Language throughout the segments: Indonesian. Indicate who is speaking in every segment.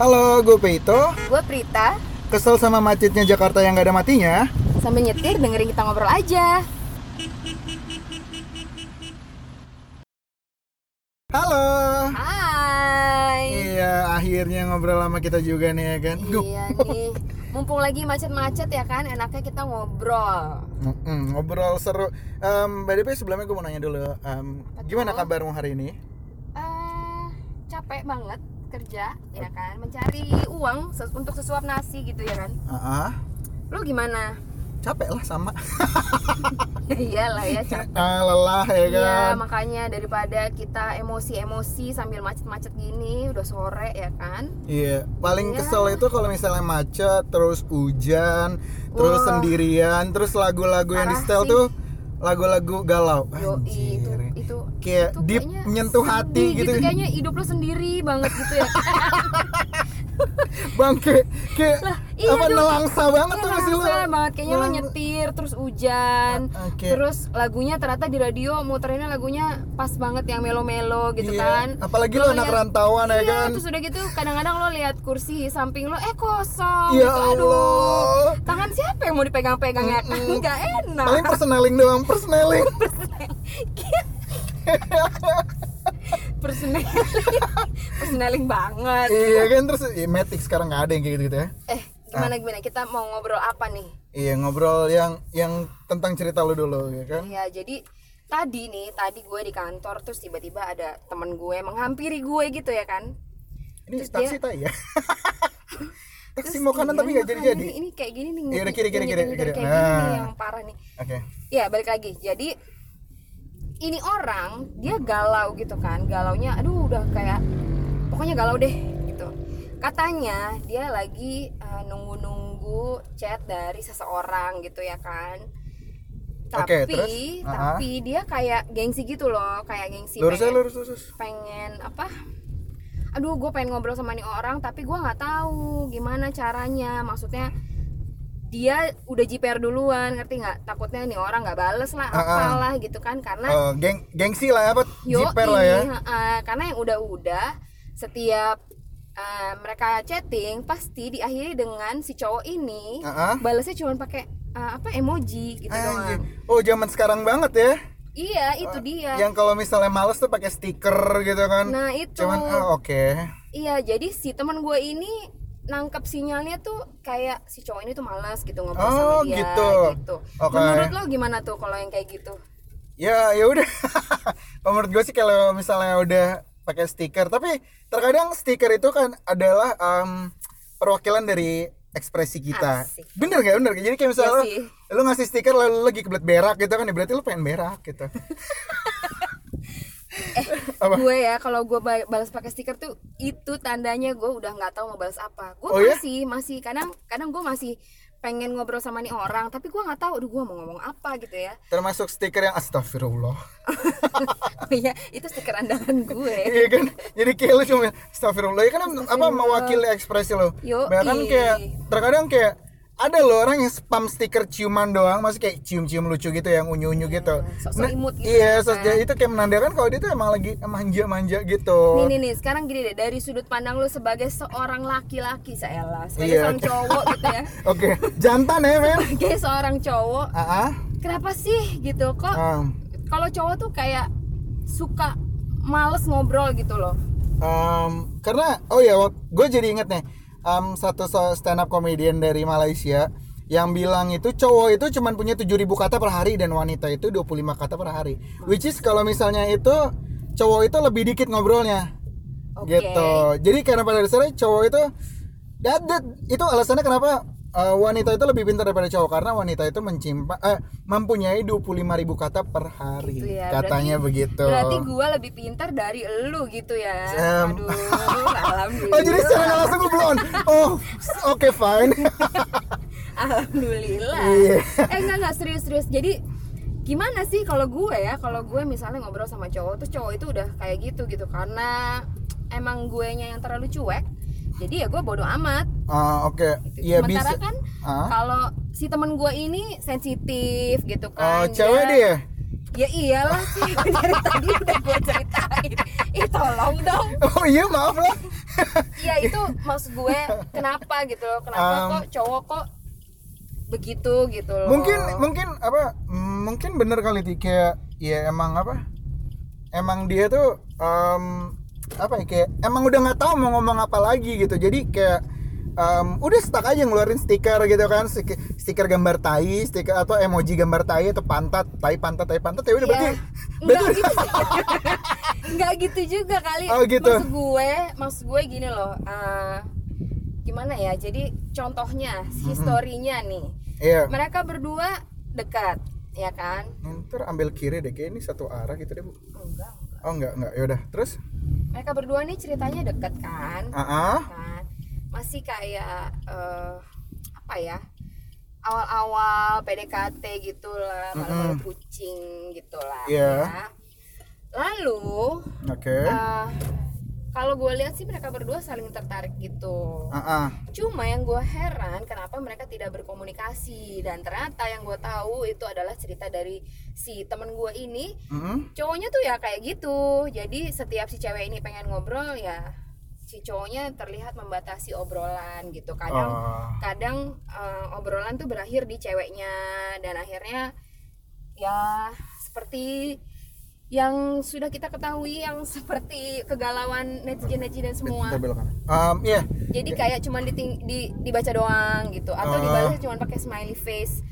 Speaker 1: Halo, gue Peito.
Speaker 2: Gue Prita,
Speaker 1: Kesel sama macetnya Jakarta yang gak ada matinya.
Speaker 2: sambil nyetir dengerin kita ngobrol aja.
Speaker 1: Halo.
Speaker 2: Hai.
Speaker 1: Iya, akhirnya ngobrol sama kita juga nih ya kan. Duh,
Speaker 2: Iya nih, mumpung lagi macet-macet ya kan, enaknya kita ngobrol.
Speaker 1: mm-mm, ngobrol seru. Em, By the way, sebelumnya gue mau nanya dulu, em, gimana kabarmu hari ini?
Speaker 2: Eh, capek banget kerja ya kan, mencari uang ses- untuk sesuap nasi gitu ya kan.
Speaker 1: Ah, ah,
Speaker 2: Lu gimana?
Speaker 1: capek lah sama.
Speaker 2: Ya iyalah ya capek.
Speaker 1: Ah, lelah ya
Speaker 2: Iya
Speaker 1: kan.
Speaker 2: makanya daripada kita emosi-emosi sambil macet-macet gini udah sore ya kan
Speaker 1: Iya, paling
Speaker 2: Iya.
Speaker 1: kesel itu kalau misalnya macet, terus hujan, terus
Speaker 2: Wah.
Speaker 1: sendirian, terus lagu-lagu yang di
Speaker 2: Parah
Speaker 1: setel
Speaker 2: sih.
Speaker 1: tuh lagu-lagu galau.
Speaker 2: Yo itu
Speaker 1: Anjir.
Speaker 2: itu
Speaker 1: Kayak
Speaker 2: itu
Speaker 1: deep
Speaker 2: kayaknya
Speaker 1: nyentuh
Speaker 2: sedih
Speaker 1: hati gitu.
Speaker 2: kayaknya hidup lu sendiri banget gitu ya
Speaker 1: Bang kayak, kayak
Speaker 2: iya
Speaker 1: apa
Speaker 2: dong.
Speaker 1: nelangsa banget
Speaker 2: Iya,
Speaker 1: tuh gak sih lu?
Speaker 2: langsung banget kayaknya lu
Speaker 1: Nelang-
Speaker 2: nyetir terus hujan
Speaker 1: Ah, oke.
Speaker 2: terus lagunya ternyata di radio muterinnya lagunya pas banget yang melo-melo gitu
Speaker 1: Iya.
Speaker 2: kan
Speaker 1: Apalagi lu anak
Speaker 2: liat-
Speaker 1: rantauan ya
Speaker 2: Iya,
Speaker 1: kan.
Speaker 2: terus udah gitu kadang-kadang lo lihat kursi samping lo eh kosong
Speaker 1: Ya
Speaker 2: gitu.
Speaker 1: Allah.
Speaker 2: aduh tangan siapa yang mau dipegang-pegang ya kan nggak enak
Speaker 1: Paling personeling doang, personeling.
Speaker 2: personaling personaling banget
Speaker 1: iya kan terus ya, Matic sekarang nggak ada yang kayak gitu, gitu ya.
Speaker 2: eh gimana gimana kita mau ngobrol apa nih
Speaker 1: Iya ngobrol yang yang tentang cerita lu dulu ya kan.
Speaker 2: ya jadi tadi nih tadi gue di kantor terus tiba-tiba ada temen gue menghampiri gue gitu ya kan
Speaker 1: Ini
Speaker 2: Terus
Speaker 1: taksi
Speaker 2: dia-
Speaker 1: tai ya. taksi
Speaker 2: Terus
Speaker 1: mau kanan Eh, tapi
Speaker 2: gimana
Speaker 1: nggak jadi-jadi.
Speaker 2: makanya? ini kayak gini nih
Speaker 1: Iya, udah kiri, kiri,
Speaker 2: nyetir-
Speaker 1: kiri,
Speaker 2: nyetir
Speaker 1: kiri.
Speaker 2: kayak gini nih
Speaker 1: Nah.
Speaker 2: yang parah nih
Speaker 1: Oke.
Speaker 2: ya balik lagi jadi ini orang dia galau gitu kan galaunya aduh udah kayak pokoknya galau deh gitu katanya dia lagi eh, nunggu-nunggu chat dari seseorang gitu ya kan
Speaker 1: Oke,
Speaker 2: tapi
Speaker 1: terus? Ah.
Speaker 2: tapi dia kayak gengsi gitu loh kayak gengsi
Speaker 1: Lurus aja
Speaker 2: pengen-
Speaker 1: lurus lurus.
Speaker 2: pengen apa aduh gue pengen ngobrol sama nih orang tapi gue nggak tahu gimana caranya maksudnya dia udah JPR duluan ngerti nggak takutnya nih orang nggak bales lah
Speaker 1: Ah, ah.
Speaker 2: apalah gitu kan karena
Speaker 1: Eh, geng gengsi lah ya, apa
Speaker 2: yo iya,
Speaker 1: jiper lah ya.
Speaker 2: karena yang udah-udah setiap eh, mereka chatting pasti diakhiri dengan si cowok ini
Speaker 1: Ah, ah.
Speaker 2: balesnya cuma pakai eh, apa emoji gitu
Speaker 1: Anjir.
Speaker 2: doang
Speaker 1: Oh, zaman sekarang banget ya.
Speaker 2: iya itu
Speaker 1: Oh,
Speaker 2: dia
Speaker 1: Yang kalau misalnya males tuh pakai stiker gitu kan.
Speaker 2: nah itu
Speaker 1: Cuman oh, oke.
Speaker 2: Iya, jadi si teman gue ini nangkep sinyalnya tuh kayak si cowok ini tuh malas gitu ngobrol
Speaker 1: Oh,
Speaker 2: sama dia
Speaker 1: gitu. Oke.
Speaker 2: Menurut lo gimana tuh kalau yang kayak gitu?
Speaker 1: Ya, ya udah. Kalau menurut gue sih kalau misalnya udah pakai stiker, tapi terkadang stiker itu kan adalah em, perwakilan dari ekspresi kita.
Speaker 2: Asik.
Speaker 1: Bener gak? Bener nggak? Jadi kayak misalnya
Speaker 2: Iya
Speaker 1: lu-
Speaker 2: sih.
Speaker 1: lu, ngasih stiker lalu lu lagi kebelet berak gitu kan, ya berarti lu pengen berak gitu. Apa?
Speaker 2: Gue ya kalau gue ba- balas pakai stiker tuh itu tandanya gue udah nggak tahu mau balas apa. Gue
Speaker 1: Oh, iya?
Speaker 2: masih masih kadang kadang gue masih pengen ngobrol sama nih orang tapi gue nggak tahu aduh gue mau ngomong apa gitu ya
Speaker 1: Termasuk stiker yang astagfirullah.
Speaker 2: Oh iya itu stiker andalan gue
Speaker 1: Iya kan? Jadi kayak lu cuma astagfirullah ya kan apa mewakili ekspresi lo.
Speaker 2: Yoi.
Speaker 1: Bahkan kayak terkadang kayak ada loh orang yang spam stiker ciuman doang, masih kayak cium-cium lucu gitu yang unyu-unyu gitu.
Speaker 2: Iya, sok-sok imut gitu
Speaker 1: Iya,
Speaker 2: ya
Speaker 1: sok-
Speaker 2: kan.
Speaker 1: itu kayak menandakan kalau dia tuh emang lagi manja-manja
Speaker 2: nih
Speaker 1: gitu.
Speaker 2: nih nih sekarang gini deh dari sudut pandang lo sebagai seorang laki-laki saya lah sebagai
Speaker 1: Iya.
Speaker 2: seorang cowok gitu ya
Speaker 1: Oke, jantan ya, men. Ah,
Speaker 2: sebagai seorang cowok
Speaker 1: Heeh.
Speaker 2: kenapa sih gitu kok
Speaker 1: Ah.
Speaker 2: kalau cowok tuh kayak suka males ngobrol gitu loh
Speaker 1: Um, karena oh ya gue jadi inget nih um, satu so- stand up comedian dari Malaysia yang bilang itu cowok itu cuman punya 7000 kata per hari dan wanita itu 25 kata per hari which is kalau misalnya itu cowok itu lebih dikit ngobrolnya
Speaker 2: Oke.
Speaker 1: gitu jadi karena pada dasarnya cowok itu that, that- itu alasannya kenapa uh, wanita itu lebih pintar daripada cowok karena wanita itu mencimpa eh, mempunyai 25.000 kata per hari
Speaker 2: Gitu ya,
Speaker 1: katanya begitu
Speaker 2: berarti gua lebih pintar dari lu gitu ya
Speaker 1: Em.
Speaker 2: aduh
Speaker 1: Oh jadi secara
Speaker 2: alhamdulillah
Speaker 1: nggak langsung gue belon. Oh s- oke fine.
Speaker 2: alhamdulillah
Speaker 1: Iya.
Speaker 2: eh enggak enggak serius serius jadi gimana sih kalau gue ya kalau gue misalnya ngobrol sama cowok terus cowok itu udah kayak gitu gitu karena emang gue nya yang terlalu cuek jadi ya gue bodoh amat
Speaker 1: Ah oke.
Speaker 2: gitu.
Speaker 1: Iya
Speaker 2: Sementara
Speaker 1: bisa.
Speaker 2: kan
Speaker 1: Ah.
Speaker 2: kalau si temen gue ini sensitif gitu
Speaker 1: Oh
Speaker 2: kan.
Speaker 1: cewek dia.
Speaker 2: Ya iyalah sih dari tadi udah gue ceritain. Ih tolong dong.
Speaker 1: Oh iya maaf lah.
Speaker 2: Iya itu maksud gue kenapa gitu loh kenapa
Speaker 1: Um,
Speaker 2: kok cowok kok begitu gitu loh
Speaker 1: mungkin mungkin apa mm, mungkin bener kali Ti. kayak ya emang apa emang dia tuh em, apa ya kayak emang udah nggak tahu mau ngomong apa lagi gitu jadi kayak em, udah stuck aja ngeluarin stiker gitu kan stik- stiker gambar tai stiker atau emoji gambar tai atau pantat tai pantat tai pantat ya udah
Speaker 2: Iya.
Speaker 1: berarti
Speaker 2: Nggak
Speaker 1: berarti
Speaker 2: gitu sih. Nggak gitu juga kali
Speaker 1: Oh, gitu.
Speaker 2: maksud gue maksud gue gini loh eh, gimana ya jadi contohnya historinya nih
Speaker 1: iya
Speaker 2: mereka berdua dekat ya kan
Speaker 1: ntar ambil kiri deh kayak ini satu arah gitu deh Bu.
Speaker 2: enggak enggak.
Speaker 1: oh enggak enggak yaudah terus
Speaker 2: mereka berdua nih ceritanya dekat kan
Speaker 1: ah ah
Speaker 2: kan masih kayak eh, apa ya awal-awal PDKT gitulah malu-malu
Speaker 1: Mm-mm.
Speaker 2: gitu kucing gitulah
Speaker 1: Iya.
Speaker 2: ya. lalu
Speaker 1: oke
Speaker 2: eh, kalau gue lihat sih mereka berdua saling tertarik gitu
Speaker 1: ah ah
Speaker 2: cuma yang gue heran kenapa mereka tidak berkomunikasi dan ternyata yang gue tahu itu adalah cerita dari si temen gue ini
Speaker 1: Mm-mm.
Speaker 2: cowoknya tuh ya kayak gitu jadi setiap si cewek ini pengen ngobrol ya si cowoknya terlihat membatasi obrolan gitu kadang
Speaker 1: Ah.
Speaker 2: kadang eh, obrolan tuh berakhir di ceweknya dan akhirnya ya seperti yang sudah kita ketahui yang seperti kegalauan netizen netizen semua
Speaker 1: Kita belok kanan. Um, iya.
Speaker 2: jadi kayak cuman diting- di, dibaca doang gitu atau
Speaker 1: Ah.
Speaker 2: dibalasnya cuman pakai smiley face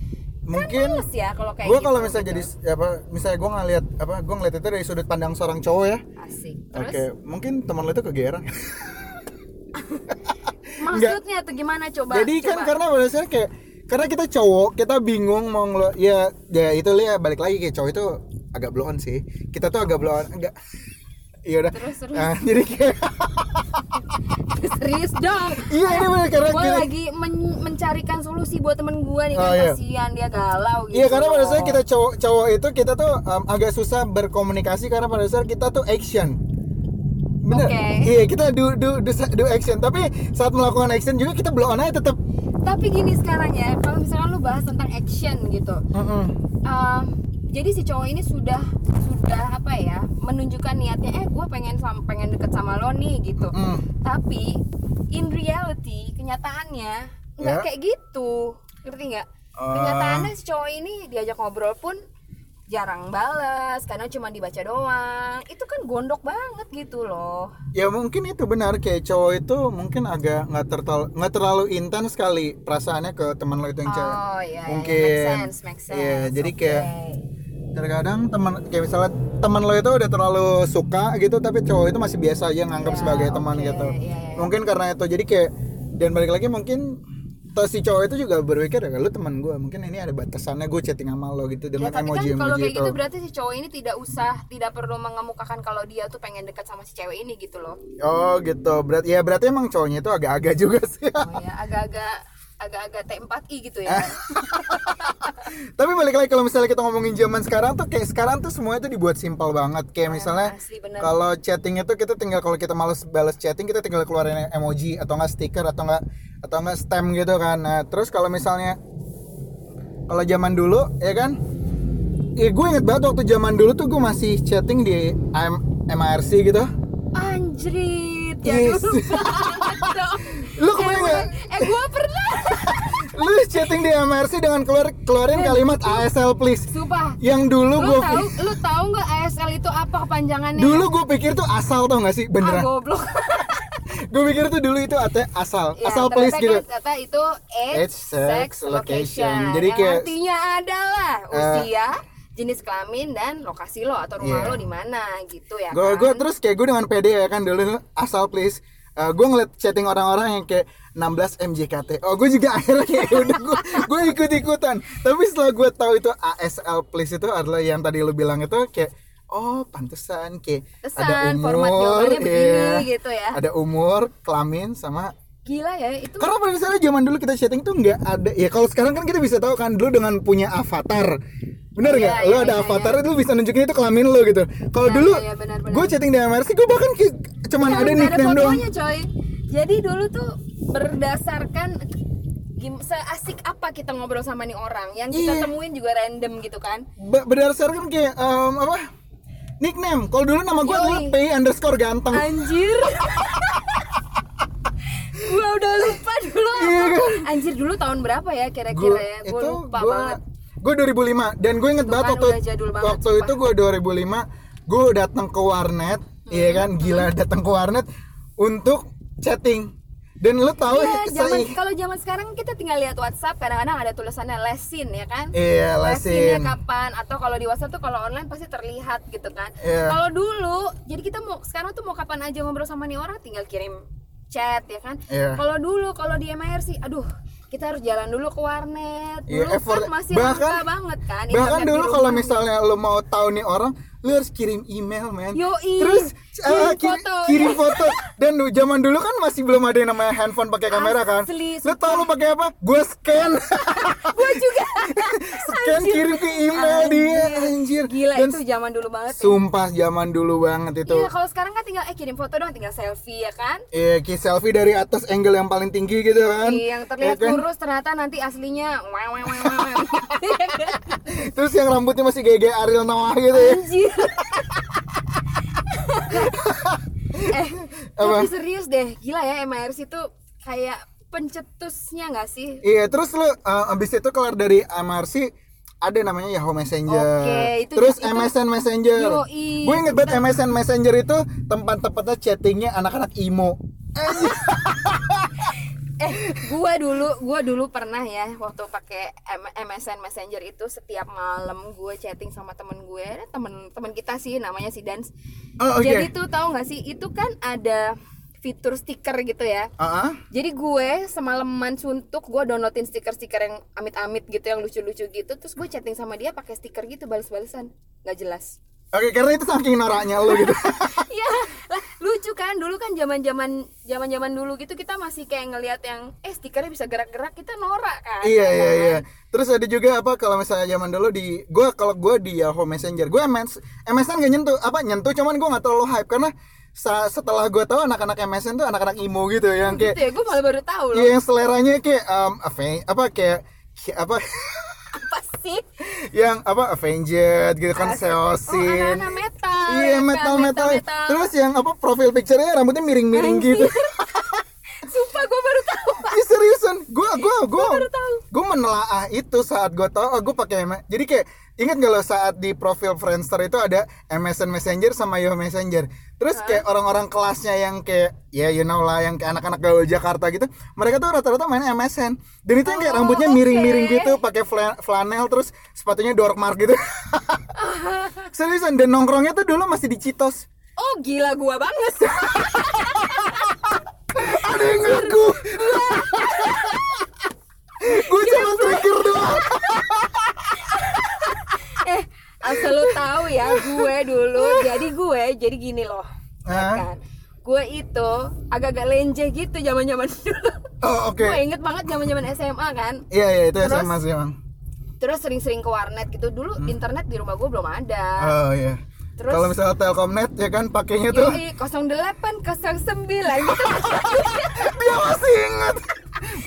Speaker 1: Mungkin
Speaker 2: Males ya kalau kayak
Speaker 1: gue
Speaker 2: gitu,
Speaker 1: kalau misalnya
Speaker 2: gitu.
Speaker 1: jadi apa misalnya gue ngeliat apa gue ngeliat itu dari sudut pandang seorang cowok ya
Speaker 2: asik terus
Speaker 1: oke mungkin teman lo itu kegeeran
Speaker 2: maksudnya tuh gimana coba
Speaker 1: jadi kan
Speaker 2: coba.
Speaker 1: karena pada dasarnya kayak karena kita cowok kita bingung mau ngelo ya ya itu lihat balik lagi kayak cowok itu agak blow on sih kita tuh agak blow on enggak iya udah
Speaker 2: Terus, terus.
Speaker 1: Ah, jadi kayak
Speaker 2: serius dong
Speaker 1: iya ini bener karena
Speaker 2: gue
Speaker 1: kita-
Speaker 2: lagi men- mencarikan solusi buat temen gue nih kan
Speaker 1: Oh, iya.
Speaker 2: kasihan dia galau gitu
Speaker 1: Iya karena pada
Speaker 2: loh.
Speaker 1: dasarnya kita cowok cowok itu kita tuh um, agak susah berkomunikasi karena pada dasarnya kita tuh action. Bener.
Speaker 2: Oke.
Speaker 1: Iya kita do, do do do action tapi saat melakukan action juga kita blow on aja tetap.
Speaker 2: tapi gini sekarang ya kalau misalkan lu bahas tentang action gitu Um, jadi si cowok ini sudah sudah apa ya menunjukkan niatnya eh gue pengen sam- pengen deket sama lo nih gitu
Speaker 1: Mm.
Speaker 2: tapi in reality kenyataannya nggak
Speaker 1: Ya.
Speaker 2: kayak gitu ngerti nggak
Speaker 1: Ah.
Speaker 2: kenyataannya si cowok ini diajak ngobrol pun jarang balas karena cuma dibaca doang itu kan gondok banget gitu loh
Speaker 1: Ya mungkin itu benar kayak cowok itu mungkin agak nggak tertal nggak terlalu intens kali perasaannya ke teman lo itu yang cewek.
Speaker 2: oh ya
Speaker 1: mungkin.
Speaker 2: make sense make sense
Speaker 1: Iya, jadi
Speaker 2: oke. Ya,
Speaker 1: kayak terkadang teman kayak misalnya teman lo itu udah terlalu suka gitu tapi cowok itu masih biasa aja nganggap
Speaker 2: Ya,
Speaker 1: sebagai teman
Speaker 2: oke,
Speaker 1: gitu
Speaker 2: iya, iya.
Speaker 1: mungkin karena itu jadi kayak dan balik lagi mungkin to- si cowok itu juga berpikir ya lu teman gue mungkin ini ada batasannya gue chatting sama lo gitu
Speaker 2: Ya,
Speaker 1: dengan
Speaker 2: tapi
Speaker 1: emoji
Speaker 2: kan kalau
Speaker 1: emoji
Speaker 2: kayak
Speaker 1: itu
Speaker 2: gitu berarti si cowok ini tidak usah, tidak perlu mengemukakan kalau dia tuh pengen dekat sama si cewek ini gitu loh.
Speaker 1: oh gitu berarti ya berarti emang cowoknya itu agak-agak juga sih
Speaker 2: Oh ya, agak-agak agak-agak T4I gitu ya.
Speaker 1: tapi balik lagi kalau misalnya kita ngomongin zaman sekarang tuh kayak sekarang tuh semuanya tuh dibuat simpel banget kayak misalnya
Speaker 2: Iya, asli bener.
Speaker 1: kalau chatting itu kita tinggal kalau kita males balas chatting kita tinggal keluarin emoji atau enggak stiker atau enggak atau enggak stem gitu kan nah terus kalau misalnya kalau zaman dulu ya kan ya gue inget banget waktu zaman dulu tuh gue masih chatting di AM, MRC gitu
Speaker 2: Anjrit, ya
Speaker 1: Yes.
Speaker 2: dulu banget dong.
Speaker 1: Lu kebayang
Speaker 2: Emang-
Speaker 1: nggak?
Speaker 2: Eh, gua pernah.
Speaker 1: lu chatting di MRC dengan keluar keluarin kalimat ASL please
Speaker 2: Sumpah.
Speaker 1: yang dulu
Speaker 2: Lu
Speaker 1: gue
Speaker 2: tahu, kan ya? lu tahu nggak ASL itu apa kepanjangannya?
Speaker 1: dulu gue pikir tuh asal tau gak sih
Speaker 2: ah,
Speaker 1: beneran
Speaker 2: goblok.
Speaker 1: gue pikir tuh dulu itu ate- asal
Speaker 2: Ya,
Speaker 1: asal
Speaker 2: ternyata
Speaker 1: please
Speaker 2: kan
Speaker 1: gitu
Speaker 2: Ternyata itu age,
Speaker 1: Age, sex,
Speaker 2: sex, location.
Speaker 1: location. Jadi
Speaker 2: yang
Speaker 1: kayak-
Speaker 2: artinya adalah
Speaker 1: Eh.
Speaker 2: usia, jenis kelamin dan lokasi lo atau rumah
Speaker 1: Iya.
Speaker 2: lo di mana gitu ya.
Speaker 1: gue
Speaker 2: kan?
Speaker 1: gue terus kayak gue dengan pede ya kan dulu asal please Eh, gue ngeliat chatting orang-orang yang kayak 16 MJKT oh gue juga akhirnya kayak udah gue gue ikut ikutan tapi setelah gue tahu itu ASL please itu adalah yang tadi lu bilang itu kayak oh pantesan kayak ada
Speaker 2: Pesan,
Speaker 1: umur
Speaker 2: format jawabannya begini
Speaker 1: iya.
Speaker 2: gitu ya.
Speaker 1: ada umur kelamin sama
Speaker 2: Gila ya itu.
Speaker 1: karena pada dasarnya zaman dulu kita chatting tuh nggak ada ya kalau sekarang kan kita bisa tahu kan dulu dengan punya avatar bener
Speaker 2: Iya,
Speaker 1: nggak
Speaker 2: iya,
Speaker 1: lo ada
Speaker 2: iya,
Speaker 1: avatar lu bisa nunjukin itu kelamin lo gitu kalau
Speaker 2: Iya,
Speaker 1: dulu
Speaker 2: iya, benar, benar.
Speaker 1: gue chatting di MRC gue bahkan ki- cuman
Speaker 2: Jangan
Speaker 1: ada nickname doang
Speaker 2: Iya, fotonya, coy. Jadi dulu tuh berdasarkan gim- seasik apa kita ngobrol sama nih orang yang kita
Speaker 1: Iya.
Speaker 2: temuin juga random gitu kan.
Speaker 1: Ba- berdasarkan kayak em, apa nickname kalau dulu nama gue
Speaker 2: Yoi.
Speaker 1: adalah pay underscore ganteng
Speaker 2: Anjir. gua udah lupa dulu
Speaker 1: Iya
Speaker 2: apa.
Speaker 1: kan?
Speaker 2: Anjir dulu tahun berapa ya
Speaker 1: Gua-
Speaker 2: kira-kira ya? Gua
Speaker 1: itu
Speaker 2: lupa
Speaker 1: gua-
Speaker 2: banget.
Speaker 1: gua 2005 dan gue inget
Speaker 2: Itu
Speaker 1: banget
Speaker 2: kan
Speaker 1: waktu
Speaker 2: udah jadul banget,
Speaker 1: waktu
Speaker 2: sumpah.
Speaker 1: itu gue 2005 gue datang ke warnet
Speaker 2: Hmm.
Speaker 1: iya kan gila datang ke warnet untuk chatting dan lu tahu ya,
Speaker 2: Iya, zaman
Speaker 1: saya-
Speaker 2: kalau zaman sekarang kita tinggal lihat WhatsApp kadang-kadang ada tulisannya lesin ya kan?
Speaker 1: iya
Speaker 2: Lesinnya
Speaker 1: lesin
Speaker 2: kapan atau kalau di WhatsApp tuh kalau online pasti terlihat gitu kan.
Speaker 1: Iya.
Speaker 2: Kalau dulu jadi kita mau sekarang tuh mau kapan aja ngobrol sama nih orang tinggal kirim chat ya kan.
Speaker 1: Iya.
Speaker 2: Kalau dulu kalau di MRC aduh kita harus jalan dulu ke warnet.
Speaker 1: Iya,
Speaker 2: Dulu
Speaker 1: effort-
Speaker 2: kan masih
Speaker 1: bahkan-
Speaker 2: langka banget kan. internet
Speaker 1: bahkan
Speaker 2: di
Speaker 1: dulu kalau
Speaker 2: rumah.
Speaker 1: misalnya lu mau tahu nih orang lu harus kirim email men
Speaker 2: Yoi.
Speaker 1: terus eh, kir-
Speaker 2: Kirim foto. iya.
Speaker 1: kirim foto dan lu- zaman dulu kan masih belum ada yang namanya handphone pakai kamera kan
Speaker 2: Asli,
Speaker 1: lu tahu lu pakai apa gue scan
Speaker 2: gua juga.
Speaker 1: scan kan kirim ke email dia anjir
Speaker 2: Gila
Speaker 1: dan
Speaker 2: itu zaman dulu banget. ya.
Speaker 1: sumpah zaman dulu banget itu
Speaker 2: Iya, kalau sekarang kan tinggal eh kirim foto dong, tinggal selfie ya kan?
Speaker 1: Iya, ki selfie dari atas angle yang paling tinggi gitu kan.
Speaker 2: Iya, yang terlihat
Speaker 1: Iya kan?
Speaker 2: kurus ternyata nanti aslinya weng weng weng weng, weng. Iya kan?
Speaker 1: Terus yang rambutnya masih gaya-gaya Ariel Noah gitu ya.
Speaker 2: Anjir. eh,
Speaker 1: Apa?
Speaker 2: tapi serius deh, gila ya MRC itu kayak pencetusnya nggak sih?
Speaker 1: Iya, terus lu uh, abis itu kelar dari MRC ada namanya Yahoo Messenger.
Speaker 2: Oke, itu-
Speaker 1: terus
Speaker 2: itu-
Speaker 1: MSN Messenger.
Speaker 2: Yoi.
Speaker 1: Gue inget banget MSN Messenger itu tempat-tempatnya chattingnya anak-anak emo.
Speaker 2: Eh, gua dulu, gua dulu pernah ya waktu pakai M- MSN Messenger itu setiap malam gue chatting sama temen gue, temen temen kita sih namanya si Dans.
Speaker 1: Oh, oke.
Speaker 2: Jadi tuh tahu nggak sih, itu kan ada fitur stiker gitu ya.
Speaker 1: Ah, ah.
Speaker 2: Jadi gue semalaman suntuk gue downloadin stiker-stiker yang amit-amit gitu yang lucu-lucu gitu terus gue chatting sama dia pakai stiker gitu balas-balasan nggak jelas.
Speaker 1: Oke, karena itu saking noraknya lu gitu.
Speaker 2: Iya lah lucu kan dulu kan zaman-zaman zaman-zaman dulu gitu kita masih kayak ngelihat yang eh stikernya bisa gerak-gerak kita norak kan.
Speaker 1: iya
Speaker 2: ya
Speaker 1: iya
Speaker 2: kan?
Speaker 1: iya terus ada juga apa kalau misalnya zaman dulu di gue kalau gue di Yahoo Messenger gue MS, MSN gak nyentuh apa nyentuh cuman gue nggak terlalu hype karena sa- setelah gue tahu anak-anak MSN tuh anak-anak emo gitu yang kayak
Speaker 2: Gitu ya gue malah baru tahu loh.
Speaker 1: iya, yang seleranya kayak em, Aven- apa kayak kayak apa
Speaker 2: Apa sih?
Speaker 1: yang apa Avenged gitu kan
Speaker 2: Asik. Oh,
Speaker 1: Seosin
Speaker 2: anak-anak metal. ya
Speaker 1: iya
Speaker 2: kan?
Speaker 1: metal metal terus yang apa profil picture-nya rambutnya miring-miring gitu
Speaker 2: Sumpah gue baru tahu.
Speaker 1: Ih Iya, seriusan, gue gue gue
Speaker 2: baru tahu.
Speaker 1: gue menelaah itu saat gue tahu oh, gue pakai M- jadi kayak ingat gak lo saat di profil Friendster itu ada MSN Messenger sama Yahoo Messenger terus kayak orang-orang kelasnya yang kayak ya you know lah yang kayak anak-anak gaul Jakarta gitu mereka tuh rata-rata main MSN dan itu yang kayak
Speaker 2: Oh,
Speaker 1: rambutnya
Speaker 2: oke.
Speaker 1: miring-miring gitu pakai fla- flanel terus sepatunya Dorkmar gitu seriusan dan nongkrongnya tuh dulu masih di Citos
Speaker 2: Oh gila gua banget.
Speaker 1: ada yang ngaku gue cuma trigger doang
Speaker 2: eh asal lu tahu ya gue dulu jadi gue jadi gini loh ya
Speaker 1: Hah?
Speaker 2: kan gue itu agak-agak lenje gitu zaman zaman dulu
Speaker 1: Oh oke.
Speaker 2: gue inget banget zaman zaman SMA kan
Speaker 1: Iya iya itu
Speaker 2: Terus?
Speaker 1: SMA sih emang.
Speaker 2: terus sering-sering ke warnet gitu dulu
Speaker 1: Hmm.
Speaker 2: internet di rumah gue belum ada
Speaker 1: Oh iya.
Speaker 2: Ah. Terus? Iya,
Speaker 1: Kalau misalnya Telkomnet ya kan pakainya tuh
Speaker 2: Yoi, 08, 09 gitu
Speaker 1: dia masih ingat.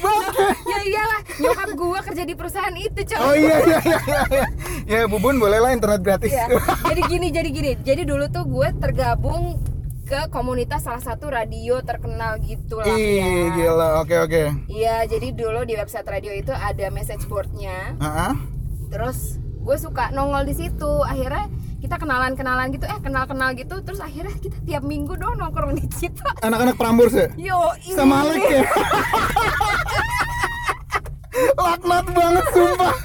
Speaker 1: Bangke.
Speaker 2: Ya iyalah, nyokap gue kerja di perusahaan itu coy
Speaker 1: Oh iya iya iya iya. iya. Ya Bubun bolehlah internet gratis.
Speaker 2: Iya. Jadi gini, jadi gini. Jadi dulu tuh gue tergabung ke komunitas salah satu radio terkenal gitu lah.
Speaker 1: Ih
Speaker 2: ya.
Speaker 1: gila oke oke.
Speaker 2: Iya, jadi dulu di website radio itu ada message boardnya.
Speaker 1: Heeh.
Speaker 2: Terus gue suka nongol di situ. Akhirnya kita kenalan-kenalan gitu, eh kenal-kenal gitu. Terus akhirnya kita tiap minggu dong nongkrong di situ.
Speaker 1: Anak-anak Prambors ya?
Speaker 2: Yo, ini.
Speaker 1: Sama Alek ya. Laknat banget sumpah.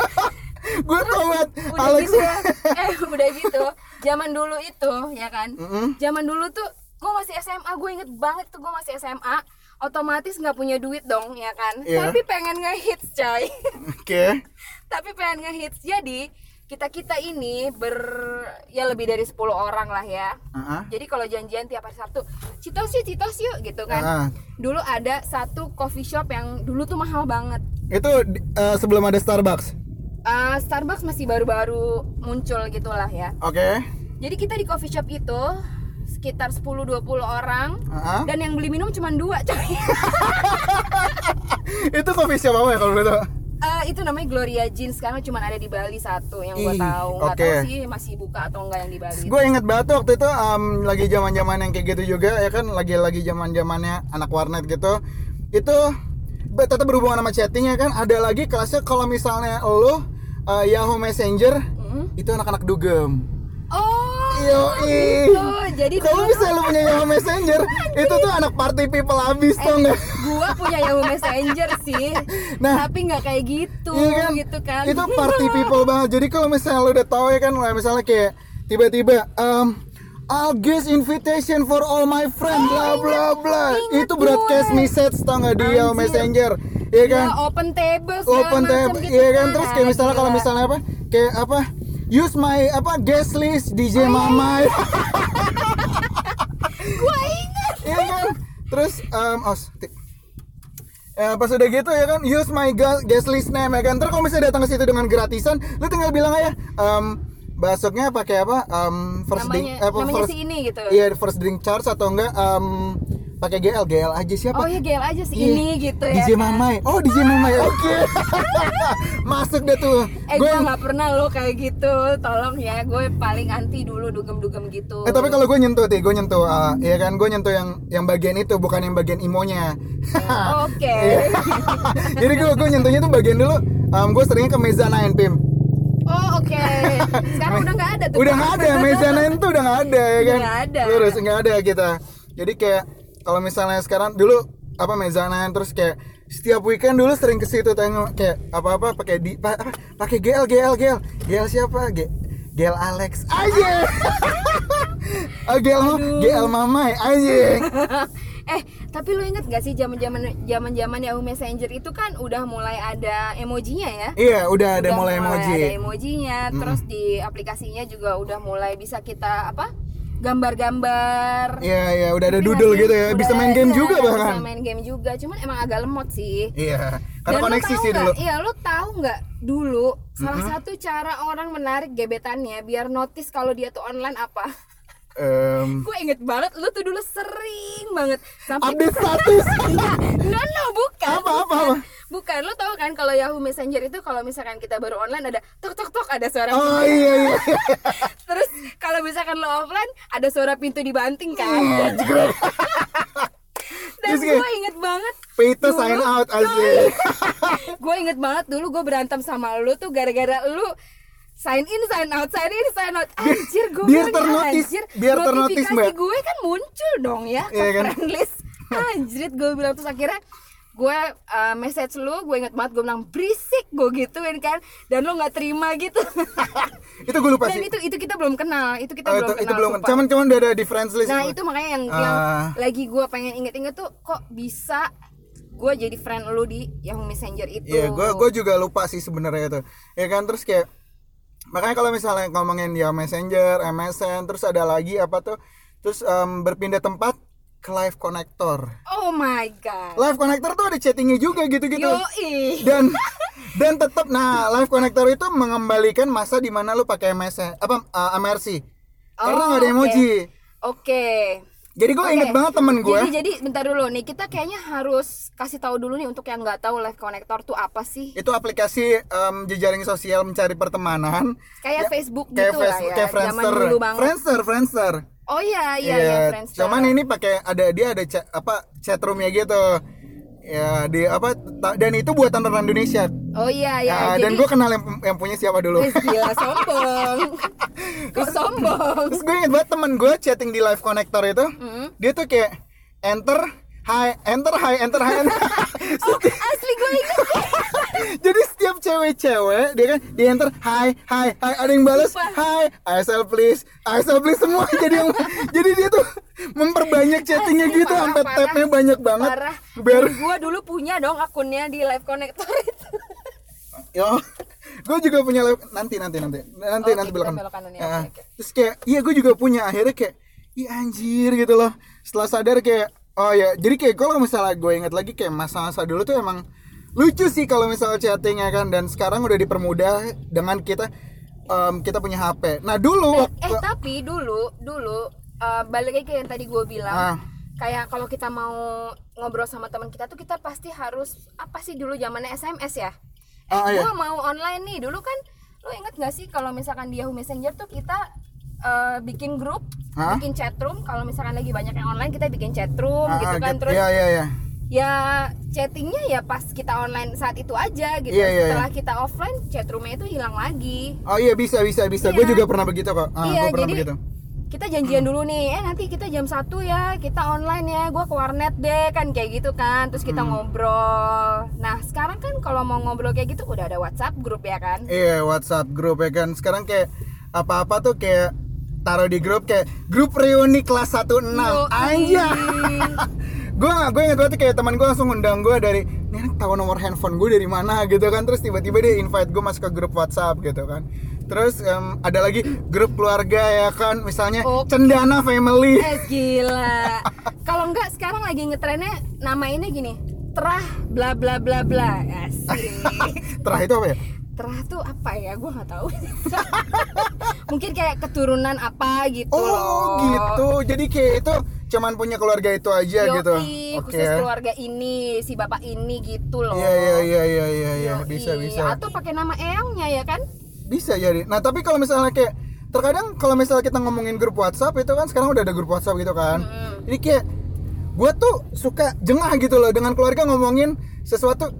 Speaker 1: Gue tau banget
Speaker 2: Udah
Speaker 1: Alex.
Speaker 2: gitu ya. Eh, udah gitu. Zaman dulu itu, ya kan?
Speaker 1: Mm-mm.
Speaker 2: Zaman dulu tuh gue masih SMA, gue inget banget tuh gue masih SMA otomatis nggak punya duit dong ya kan
Speaker 1: Iya.
Speaker 2: tapi pengen ngehits coy
Speaker 1: Oke.
Speaker 2: tapi pengen ngehits jadi kita kita ini ber ya lebih dari 10 orang lah ya
Speaker 1: Heeh.
Speaker 2: jadi kalau janjian tiap hari Sabtu citos yuk citos yuk gitu kan
Speaker 1: Heeh.
Speaker 2: dulu ada satu coffee shop yang dulu tuh mahal banget
Speaker 1: Itu eh, sebelum ada Starbucks.
Speaker 2: Eh, Starbucks masih baru-baru muncul gitulah ya
Speaker 1: Oke.
Speaker 2: jadi kita di coffee shop itu sekitar 10-20 orang
Speaker 1: Heeh.
Speaker 2: dan yang beli minum cuma dua coy
Speaker 1: itu coffee shop apa ya kalau boleh tahu?
Speaker 2: Eh, itu namanya Gloria Jeans sekarang cuma ada di Bali satu yang
Speaker 1: Ih,
Speaker 2: gue tahu nggak
Speaker 1: oke.
Speaker 2: tahu sih masih buka atau enggak yang di Bali
Speaker 1: Gue inget banget tuh waktu itu em, lagi zaman zaman yang kayak gitu juga ya kan lagi-lagi zaman zamannya anak warnet gitu. itu be- tetap berhubungan sama chatting ya kan ada lagi kelasnya kalau misalnya lo eh, Yahoo Messenger itu anak-anak dugem
Speaker 2: Oh,
Speaker 1: Yoi.
Speaker 2: gitu. Jadi
Speaker 1: kalau
Speaker 2: dulu-
Speaker 1: misalnya lo punya Yahoo Messenger itu tuh anak party people abis
Speaker 2: Eh,
Speaker 1: tuh nggak
Speaker 2: gua punya Yahoo Messenger sih.
Speaker 1: Nah.
Speaker 2: tapi nggak kayak gitu,
Speaker 1: Iya kan?
Speaker 2: gitu kan.
Speaker 1: Itu party people banget. Jadi kalau misalnya lo udah tahu ya kan, lah, misalnya kayak tiba-tiba um, I'll guess invitation for all my friends bla bla bla.
Speaker 2: ingat
Speaker 1: Itu broadcast
Speaker 2: gue.
Speaker 1: message tau nggak dia
Speaker 2: Anjir.
Speaker 1: Messenger. Iya kan?
Speaker 2: Nah, open table segala
Speaker 1: Open
Speaker 2: macam
Speaker 1: tab.
Speaker 2: gitu
Speaker 1: Iya kan? Terus kayak
Speaker 2: Gila.
Speaker 1: misalnya kalau misalnya apa? Kayak apa? Use my apa guest list
Speaker 2: Oh,
Speaker 1: DJ
Speaker 2: iya.
Speaker 1: Mama.
Speaker 2: gua ingat
Speaker 1: Iya kan? Terus um, os ti- Ya, pas udah gitu ya kan use my gas, guest list name ya kan ntar kalau misalnya datang ke situ dengan gratisan lu tinggal bilang aja um, basoknya pakai apa um, first
Speaker 2: namanya,
Speaker 1: drink apa
Speaker 2: namanya
Speaker 1: first
Speaker 2: si ini gitu.
Speaker 1: iya first drink charge atau enggak um, pakai GL GL aja siapa
Speaker 2: Oh ya gel aja sih
Speaker 1: Iya,
Speaker 2: ini gitu ya.
Speaker 1: DJ
Speaker 2: kan.
Speaker 1: Mamai oh DJ Mamai oke masuk deh tuh
Speaker 2: Eh
Speaker 1: Gua-
Speaker 2: gua nggak pernah lo kayak gitu. Tolong ya, gue paling anti dulu dugem-dugem gitu.
Speaker 1: Eh tapi kalau gue nyentuh ti, gue nyentuh, uh, ya kan, gue nyentuh yang yang bagian itu bukan yang bagian imonya.
Speaker 2: Oke.
Speaker 1: Iya. Jadi gue gue nyentuhnya tuh bagian dulu, um, gue seringnya ke meja nine pim.
Speaker 2: Oh oke. Sekarang udah nggak ada tuh.
Speaker 1: Udah nggak ada, meja nine tuh udah nggak ada ya kan.
Speaker 2: Nggak ada.
Speaker 1: Lurus nggak ada kita. Jadi kayak kalau misalnya sekarang dulu apa meja nine terus kayak setiap weekend dulu sering ke situ tengok kayak apa apa pakai di pa- apa, pakai GL GL GL GL siapa G GL Alex aja. Ah, GL Ma- GL Mamai anjing.
Speaker 2: eh tapi lo inget gak sih zaman zaman zaman zaman Yahoo Messenger itu kan udah mulai ada emojinya ya
Speaker 1: Iya, udah ada
Speaker 2: Udah
Speaker 1: mulai emoji.
Speaker 2: ada emojinya terus di aplikasinya juga udah mulai bisa kita apa gambar-gambar
Speaker 1: Iya, iya, udah ada
Speaker 2: Tapi
Speaker 1: doodle
Speaker 2: nanti
Speaker 1: gitu ya. Bisa
Speaker 2: udah
Speaker 1: main game
Speaker 2: ada,
Speaker 1: juga bahkan.
Speaker 2: bisa main game juga cuman emang agak lemot sih
Speaker 1: Iya, karena
Speaker 2: Dan lo
Speaker 1: koneksi
Speaker 2: tahu
Speaker 1: sih
Speaker 2: nggak-
Speaker 1: dulu.
Speaker 2: Iya, lo tahu nggak dulu salah satu cara orang menarik gebetannya biar notice kalau dia tuh online apa?
Speaker 1: Em,
Speaker 2: Gue inget banget, lo tuh dulu sering banget sampai
Speaker 1: update status.
Speaker 2: Enggak, no no bukan.
Speaker 1: Apa, apa,
Speaker 2: bukan.
Speaker 1: apa?
Speaker 2: Bukan, lo tau kan kalau Yahoo Messenger itu kalau misalkan kita baru online ada tok tok tok ada suara.
Speaker 1: oh iya iya.
Speaker 2: Terus kalau misalkan lo offline ada suara pintu dibanting kan. Dan
Speaker 1: Terus kayak-
Speaker 2: gue inget banget
Speaker 1: Pay to sign out asli.
Speaker 2: Gue inget banget dulu gue berantem sama lo tuh gara-gara lo sign in sign out sign in sign out anjir gue
Speaker 1: biar
Speaker 2: bilang, "Ya,
Speaker 1: ternotis,
Speaker 2: anjir,
Speaker 1: biar ternotis,
Speaker 2: notifikasi
Speaker 1: Mbak.
Speaker 2: gue kan muncul dong ya ke
Speaker 1: Iya kan?
Speaker 2: friend list anjir gue bilang terus akhirnya gue uh, message lu gue inget banget gue bilang berisik gue gituin kan dan lo nggak terima gitu
Speaker 1: itu gue lupa
Speaker 2: dan
Speaker 1: sih.
Speaker 2: itu itu kita belum kenal itu kita
Speaker 1: Oh,
Speaker 2: belum
Speaker 1: itu,
Speaker 2: kenal
Speaker 1: itu belum.
Speaker 2: sumpah.
Speaker 1: Cuman cuman udah ada di friends list.
Speaker 2: Nah
Speaker 1: gua.
Speaker 2: itu makanya yang, yang
Speaker 1: Ah.
Speaker 2: lagi gue pengen inget-inget tuh kok bisa gue jadi friend lu di Yahoo Messenger itu.
Speaker 1: Iya, gue gue juga lupa sih sebenarnya itu. Ya kan terus kayak makanya kalau misalnya ngomongin ya Messenger, MSN, terus ada lagi apa tuh? Terus em, berpindah tempat ke Live Connector.
Speaker 2: Oh my god.
Speaker 1: Live Connector tuh ada chattingnya juga gitu-gitu.
Speaker 2: Yoi.
Speaker 1: Dan dan tetap nah Live Connector itu mengembalikan masa di mana lu pakai MSN apa eh, MRC. Karena
Speaker 2: Oh,
Speaker 1: nggak ada
Speaker 2: oke.
Speaker 1: emoji.
Speaker 2: Oke.
Speaker 1: Jadi gue inget
Speaker 2: Oke.
Speaker 1: banget temen gue.
Speaker 2: Jadi jadi bentar dulu nih kita kayaknya harus kasih tahu dulu nih untuk yang nggak tahu live connector tuh apa sih?
Speaker 1: Itu aplikasi em, jejaring sosial mencari pertemanan. Ya,
Speaker 2: Kayak
Speaker 1: Iya.
Speaker 2: Facebook
Speaker 1: Kayak
Speaker 2: gitu
Speaker 1: Facebook,
Speaker 2: lah ya.
Speaker 1: kayak
Speaker 2: Zaman
Speaker 1: Friendster.
Speaker 2: dulu banget.
Speaker 1: Friendster, Friendster.
Speaker 2: Oh iya iya
Speaker 1: Iya,
Speaker 2: iya Friendster.
Speaker 1: Cuman ini pakai ada dia ada chat apa chat roomnya gitu. Ya di apa ta- dan itu buatan orang Indonesia.
Speaker 2: Oh iya iya.
Speaker 1: Ya,
Speaker 2: jadi, Iya.
Speaker 1: dan gue kenal yang, yang punya siapa dulu.
Speaker 2: Wih, gila sombong. Kok sombong?
Speaker 1: Terus gue inget banget temen gue chatting di live connector itu
Speaker 2: Mm-hmm.
Speaker 1: Dia tuh kayak enter Hi, enter, hi, enter, hi, enter.
Speaker 2: Oh, asli gue inget.
Speaker 1: Jadi setiap cewek-cewek dia kan di enter, hi, hi, hi, ada yang balas, hi,
Speaker 2: Sumpah.
Speaker 1: ASL please, ASL please semua. jadi yang, jadi dia tuh memperbanyak chattingnya
Speaker 2: Asli,
Speaker 1: gitu
Speaker 2: parah,
Speaker 1: sampai
Speaker 2: parah.
Speaker 1: tabnya banyak banget.
Speaker 2: Parah.
Speaker 1: Biar,
Speaker 2: Gue dulu punya dong akunnya di Live Connector itu.
Speaker 1: yo, gue juga punya live nanti nanti nanti nanti
Speaker 2: Oke,
Speaker 1: nanti
Speaker 2: kita
Speaker 1: belakang.
Speaker 2: belok kanan ya,
Speaker 1: Ah,
Speaker 2: oke, oke.
Speaker 1: Terus kayak, iya gue juga punya akhirnya kayak, iya anjir gitu loh. Setelah sadar kayak, oh ya, jadi kayak kalau misalnya gue inget lagi kayak masa-masa dulu tuh emang lucu sih kalau misalnya chatting ya kan. Dan sekarang udah dipermudah dengan kita em, kita punya HP. Nah dulu
Speaker 2: Eh
Speaker 1: waktu-
Speaker 2: tapi dulu dulu eh, balik lagi ke yang tadi gue bilang.
Speaker 1: Ah.
Speaker 2: Kayak kalau kita mau ngobrol sama teman kita tuh kita pasti harus apa sih dulu zamannya SMS ya? Eh,
Speaker 1: Ah, iya.
Speaker 2: gua mau online nih. Dulu kan lu inget gak sih kalau misalkan di Yahoo Messenger tuh kita eh, bikin grup,
Speaker 1: Hah?
Speaker 2: bikin chatroom. Kalau misalkan lagi banyak yang online kita bikin chatroom
Speaker 1: ah, ah,
Speaker 2: gitu kan.
Speaker 1: gitu.
Speaker 2: Terus
Speaker 1: Iya iya iya.
Speaker 2: ya chattingnya ya pas kita online saat itu aja gitu
Speaker 1: Iya, iya,
Speaker 2: setelah kita offline chatroomnya itu hilang lagi
Speaker 1: Oh iya bisa bisa bisa. Gue
Speaker 2: Iya.
Speaker 1: juga pernah begitu kok. Ah,
Speaker 2: iya
Speaker 1: gua pernah
Speaker 2: jadi
Speaker 1: begitu.
Speaker 2: kita janjian dulu nih eh nanti kita jam satu ya kita online ya gua ke warnet deh kan kayak gitu kan terus kita
Speaker 1: Hmm.
Speaker 2: ngobrol nah sekarang kan kalau mau ngobrol kayak gitu udah ada WhatsApp grup ya kan
Speaker 1: Iya WhatsApp grup ya kan. Sekarang kayak apa-apa tuh kayak taruh di grup kayak grup reuni kelas 16
Speaker 2: Yo,
Speaker 1: anjay
Speaker 2: ih.
Speaker 1: gue nggak gue inget banget tuh kayak teman gue langsung undang gue dari "Nih, anak tahu nomor handphone gue dari mana gitu kan terus tiba-tiba dia invite gue masuk ke grup WhatsApp gitu kan terus em, ada lagi grup keluarga ya kan misalnya
Speaker 2: Oh. Eh.
Speaker 1: cendana family
Speaker 2: Es gila. Kalau enggak sekarang lagi ngetrennya nama ini gini, terah bla bla bla bla. Asik.
Speaker 1: terah itu apa ya
Speaker 2: Terah tuh apa ya? Gua nggak tahu. Mungkin kayak keturunan apa gitu.
Speaker 1: oh
Speaker 2: loh.
Speaker 1: gitu jadi kayak itu cuman punya keluarga itu aja
Speaker 2: Yoi,
Speaker 1: gitu
Speaker 2: khusus keluarga ini, si bapak ini gitu loh.
Speaker 1: iya iya iya iya iya iya
Speaker 2: Yoi.
Speaker 1: bisa bisa
Speaker 2: Atau pakai nama eyangnya ya kan?
Speaker 1: bisa jadi nah tapi kalau misalnya kayak terkadang kalau misalnya kita ngomongin grup WhatsApp itu kan sekarang udah ada grup WhatsApp gitu kan
Speaker 2: Mm-mm.
Speaker 1: jadi kayak gue tuh suka jengah gitu loh dengan keluarga ngomongin sesuatu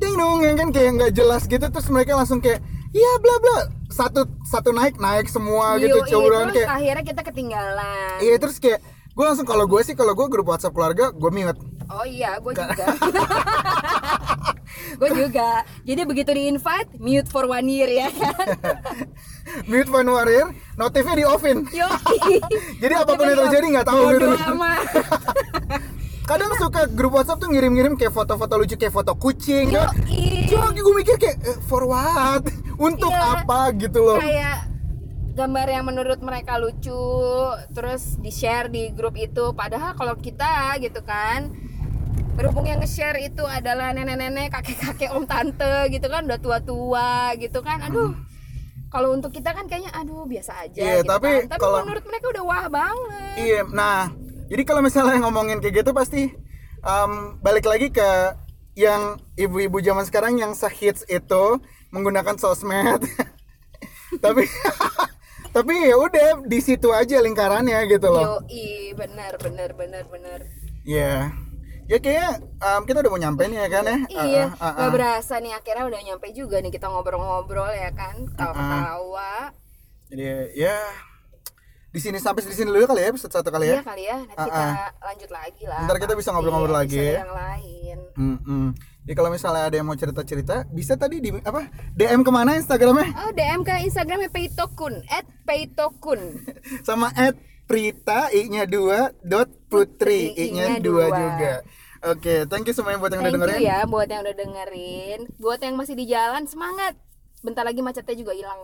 Speaker 1: ding dong yang kan kayak nggak jelas gitu terus mereka langsung kayak ya bla bla satu satu naik naik semua gitu
Speaker 2: Yoi,
Speaker 1: cowuran
Speaker 2: Iya, terus kan?
Speaker 1: kayak
Speaker 2: akhirnya kita ketinggalan.
Speaker 1: iya terus kayak gue langsung kalau gue sih kalau gue grup WhatsApp keluarga gue mute
Speaker 2: Oh iya, gue juga. gue juga. Jadi begitu di invite, mute for one year ya kan.
Speaker 1: mute phone warrior notifnya di offin
Speaker 2: Yo.
Speaker 1: Jadi apapun
Speaker 2: ya.
Speaker 1: yang terjadi nggak tahu gitu.
Speaker 2: Bodo amat.
Speaker 1: kadang suka grup WhatsApp tuh ngirim-ngirim kayak foto-foto lucu kayak foto kucing
Speaker 2: Yo,
Speaker 1: kan Cuma gue mikir kayak eh, for what? Untuk
Speaker 2: Iya.
Speaker 1: apa gitu loh.
Speaker 2: kayak gambar yang menurut mereka lucu terus di share di grup itu padahal kalau kita gitu kan berhubung yang nge-share itu adalah nenek-nenek kakek-kakek om tante gitu kan udah tua-tua gitu
Speaker 1: Hmm.
Speaker 2: kan aduh kalau untuk kita kan kayaknya aduh biasa aja
Speaker 1: Iya,
Speaker 2: gitu
Speaker 1: tapi
Speaker 2: kan. tapi
Speaker 1: kalau-
Speaker 2: menurut mereka udah wah banget
Speaker 1: Iya, nah, jadi kalau misalnya ngomongin kayak gitu pasti em, balik lagi ke yang ibu-ibu zaman sekarang yang sehits itu menggunakan sosmed. tapi tapi ya udah di situ aja lingkarannya gitu loh.
Speaker 2: Yoi, benar benar benar benar.
Speaker 1: Iya. Ya kayaknya em, kita udah mau nyampe nih ya kan ya.
Speaker 2: iya,
Speaker 1: Ah, ah, ah,
Speaker 2: nggak
Speaker 1: ah.
Speaker 2: berasa nih akhirnya udah nyampe juga nih kita ngobrol-ngobrol ya kan,
Speaker 1: Ah,
Speaker 2: ketawa-ketawa.
Speaker 1: Jadi ya di sini sampai di sini dulu kali ya episode satu kali ya.
Speaker 2: Iya kali ya, nanti
Speaker 1: Ah,
Speaker 2: kita
Speaker 1: ah.
Speaker 2: lanjut lagi lah.
Speaker 1: Ntar kita bisa
Speaker 2: pasti,
Speaker 1: ngobrol-ngobrol
Speaker 2: episode
Speaker 1: lagi.
Speaker 2: Yang lain.
Speaker 1: Mm-mm. Jadi kalau misalnya ada yang mau cerita-cerita, bisa tadi di apa DM kemana Instagramnya?
Speaker 2: Oh DM ke Instagramnya Peitokun, at Peitokun.
Speaker 1: Sama at Prita I-nya 2 dot Putri
Speaker 2: Putri,
Speaker 1: I-nya 2
Speaker 2: I-nya dua.
Speaker 1: juga. Oke, thank you semuanya buat yang udah
Speaker 2: Thank
Speaker 1: dengerin.
Speaker 2: you ya buat yang udah dengerin, buat yang masih di jalan semangat. Bentar lagi macetnya juga hilang.